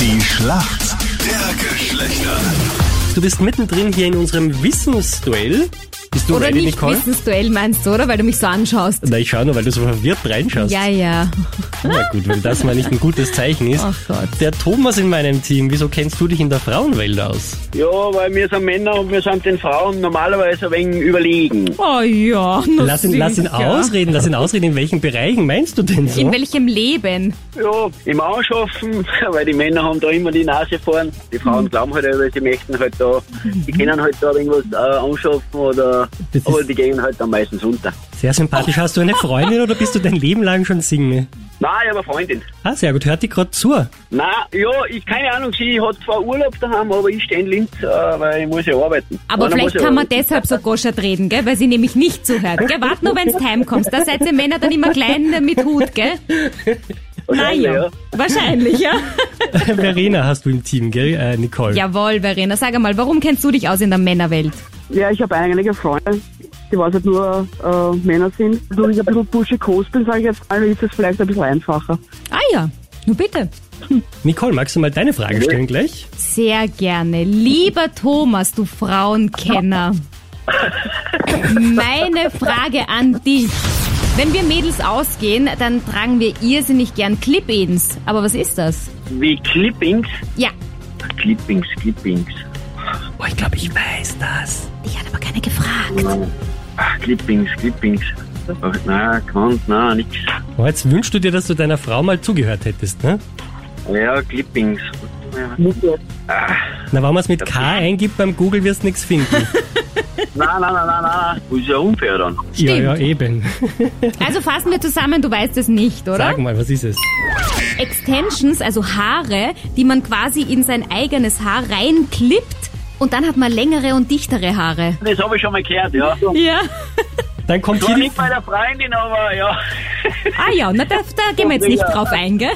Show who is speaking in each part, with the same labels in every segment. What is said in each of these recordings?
Speaker 1: Die Schlacht der Geschlechter.
Speaker 2: Du bist mittendrin hier in unserem Wissensduell. Bist du
Speaker 3: Oder
Speaker 2: ready,
Speaker 3: nicht
Speaker 2: Nicole?
Speaker 3: Wissensduell meinst du, oder? Weil du mich so anschaust.
Speaker 2: Na, ich schau nur, weil du so verwirrt reinschaust.
Speaker 3: Ja, ja.
Speaker 2: Na gut, wenn das mal nicht ein gutes Zeichen ist.
Speaker 3: Oh Gott.
Speaker 2: Der Thomas in meinem Team, wieso kennst du dich in der Frauenwelt aus?
Speaker 4: Ja, weil wir sind Männer und wir sind den Frauen normalerweise ein wenig überlegen.
Speaker 3: Oh ja, na
Speaker 2: Lass ihn, lass ihn
Speaker 3: sicher.
Speaker 2: ausreden, lass ihn ausreden. In welchen Bereichen meinst du denn so?
Speaker 3: In welchem Leben?
Speaker 4: Ja, im Anschaffen, weil die Männer haben da immer die Nase vorn. Die
Speaker 3: Mhm.
Speaker 4: Frauen glauben halt, weil sie möchten halt da, die können halt da irgendwas äh, anschaffen oder,
Speaker 2: Das ist-
Speaker 4: aber die gehen halt dann meistens unter.
Speaker 2: Sehr sympathisch. Hast du eine Freundin oder bist du dein Leben lang schon Single?
Speaker 4: Nein, aber Freundin.
Speaker 2: Ah, sehr gut. Hört die gerade zu.
Speaker 4: Na, ja, ich keine Ahnung, sie hat zwar Urlaub daheim, aber ich stehe in Linz, äh, weil ich muss ja arbeiten.
Speaker 3: Aber
Speaker 4: Einer muss
Speaker 3: vielleicht
Speaker 4: ja
Speaker 3: kann man
Speaker 4: arbeiten.
Speaker 3: deshalb so goschert reden, gell? Weil sie nämlich nicht zuhört. Gell? Warte nur, wenn's heimkommst. Da seid ihr Männer dann immer klein mit Hut, gell?
Speaker 4: Wahrscheinlich,
Speaker 3: Naja,
Speaker 4: ja.
Speaker 3: wahrscheinlich, ja.
Speaker 2: Verena hast du im Team, gell, äh, Nicole?
Speaker 3: Jawohl, Verena, sag einmal, warum kennst du dich aus in der Männerwelt?
Speaker 5: Ja, ich habe einige Freunde, die was halt nur äh, Männer sind. Nur ich ein bisschen buschig groß bin, sage ich jetzt mal, ist es vielleicht ein bisschen einfacher.
Speaker 3: Ah ja, nur bitte.
Speaker 2: Nicole, magst du mal deine Frage stellen gleich?
Speaker 3: Sehr gerne. Lieber Thomas, du Frauenkenner. Meine Frage an dich. Wenn wir Mädels ausgehen, dann tragen wir irrsinnig gern Clip-Ins. Aber was ist das?
Speaker 4: Wie Clippings?
Speaker 3: Ja,
Speaker 4: Clippings, Clippings.
Speaker 2: Oh, ich glaube, ich weiß das.
Speaker 3: ich hat aber keiner gefragt.
Speaker 4: Ah, Clippings, Clippings. Ach, nein, kann, nein, nix.
Speaker 2: Oh, jetzt wünschst du dir, dass du deiner Frau mal zugehört hättest, ne?
Speaker 4: Ja, Clippings.
Speaker 2: Na, wenn man es mit K eingibt beim Google, wirst du nichts finden.
Speaker 4: Nein, nein, nein, nein, nein. Das ist ja unfair dann.
Speaker 2: ja, ja, eben.
Speaker 3: Also fassen wir zusammen, du weißt es nicht, oder?
Speaker 2: Sag mal, was ist es?
Speaker 3: Extensions, also Haare, die man quasi in sein eigenes Haar reinklippt und dann hat man längere und dichtere Haare.
Speaker 4: Das habe ich schon mal gehört, ja.
Speaker 3: Ja.
Speaker 2: Dann kommt
Speaker 4: War
Speaker 2: hier die,
Speaker 4: nicht bei der Freundin, aber ja.
Speaker 3: Ah ja, na, da, da gehen wir jetzt nicht drauf ein, gell?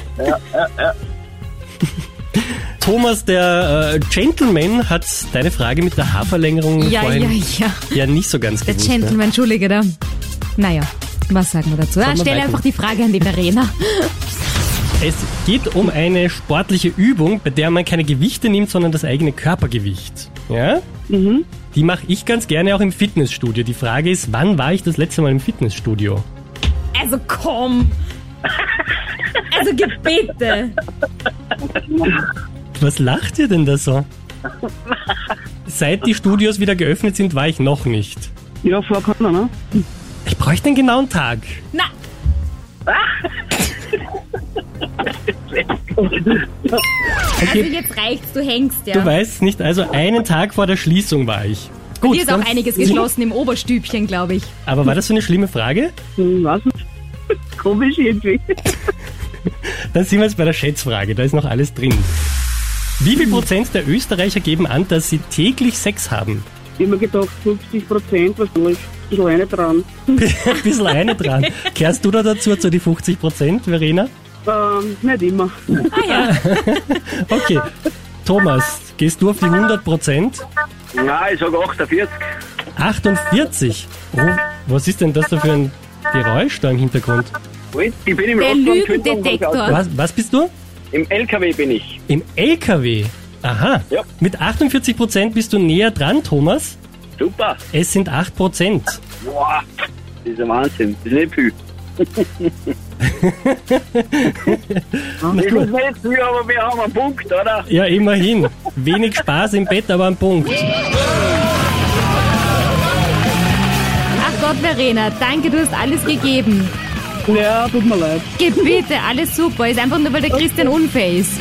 Speaker 2: Thomas, der äh, Gentleman, hat deine Frage mit der Haarverlängerung
Speaker 3: Ja, ja,
Speaker 2: vorhin
Speaker 3: ja.
Speaker 2: ja nicht so ganz
Speaker 3: Der
Speaker 2: gewusst. ne?
Speaker 3: Gentleman, Entschuldige da. Naja, was sagen wir dazu? Ah,
Speaker 2: man
Speaker 3: stell
Speaker 2: weiter.
Speaker 3: einfach die Frage an die Verena.
Speaker 2: Es geht um eine sportliche Übung, bei der man keine Gewichte nimmt, sondern das eigene Körpergewicht. Ja?
Speaker 3: Mhm.
Speaker 2: Die mache ich ganz gerne auch im Fitnessstudio. Die Frage ist, wann war ich das letzte Mal im Fitnessstudio?
Speaker 3: Also komm! Also Gebete!
Speaker 2: Was lacht ihr denn da so? Seit die Studios wieder geöffnet sind, war ich noch nicht.
Speaker 5: Ja, vor Corona, ne?
Speaker 2: Ich bräuchte einen genauen Tag.
Speaker 3: Na, also
Speaker 2: Okay,
Speaker 3: jetzt reicht's, du hängst ja.
Speaker 2: du weißt es nicht, also einen Tag vor der Schließung war ich. Gut,
Speaker 3: Hier ist auch
Speaker 2: dann-
Speaker 3: einiges geschlossen im Oberstübchen, glaube ich.
Speaker 2: Aber war das so eine schlimme Frage?
Speaker 5: Hm, weiß nicht. Komisch irgendwie.
Speaker 2: Dann sind wir jetzt bei der Schätzfrage, da ist noch alles drin. Wie viel Prozent der Österreicher geben an, dass sie täglich Sex haben?
Speaker 5: Ich hab mir gedacht, 50 Prozent, was soll ich? Ein bisschen eine dran.
Speaker 2: Ein bisschen eine dran. Kehrst du da dazu, zu die 50 Prozent, Verena?
Speaker 5: Ähm, nicht immer.
Speaker 3: Ah ja,
Speaker 2: Okay. Thomas, gehst du auf die 100 Prozent?
Speaker 4: Ja, ich sage 48.
Speaker 2: 48? Oh, was ist denn das da für ein Geräusch da im Hintergrund?
Speaker 4: Wait, Halt, ich bin im
Speaker 3: der
Speaker 4: Rostland- Kühlschrank-
Speaker 3: Lügendetektor.
Speaker 2: Was, was bist du?
Speaker 4: Im LKW bin ich.
Speaker 2: Im LKW. Aha.
Speaker 4: Ja.
Speaker 2: Mit 48 Prozent bist du näher dran, Thomas.
Speaker 4: Super.
Speaker 2: Es sind 8 Prozent.
Speaker 4: Boah, das ist ein Wahnsinn. Das ist nicht viel. das ist nicht viel, aber wir haben einen Punkt, oder?
Speaker 2: Ja, immerhin. Wenig Spaß im Bett, aber am Punkt.
Speaker 3: Ach Gott, Verena, danke, du hast alles gegeben.
Speaker 5: Ja, tut mir leid.
Speaker 3: Gebete, alles super. Ist einfach nur, weil der Christian unfair ist.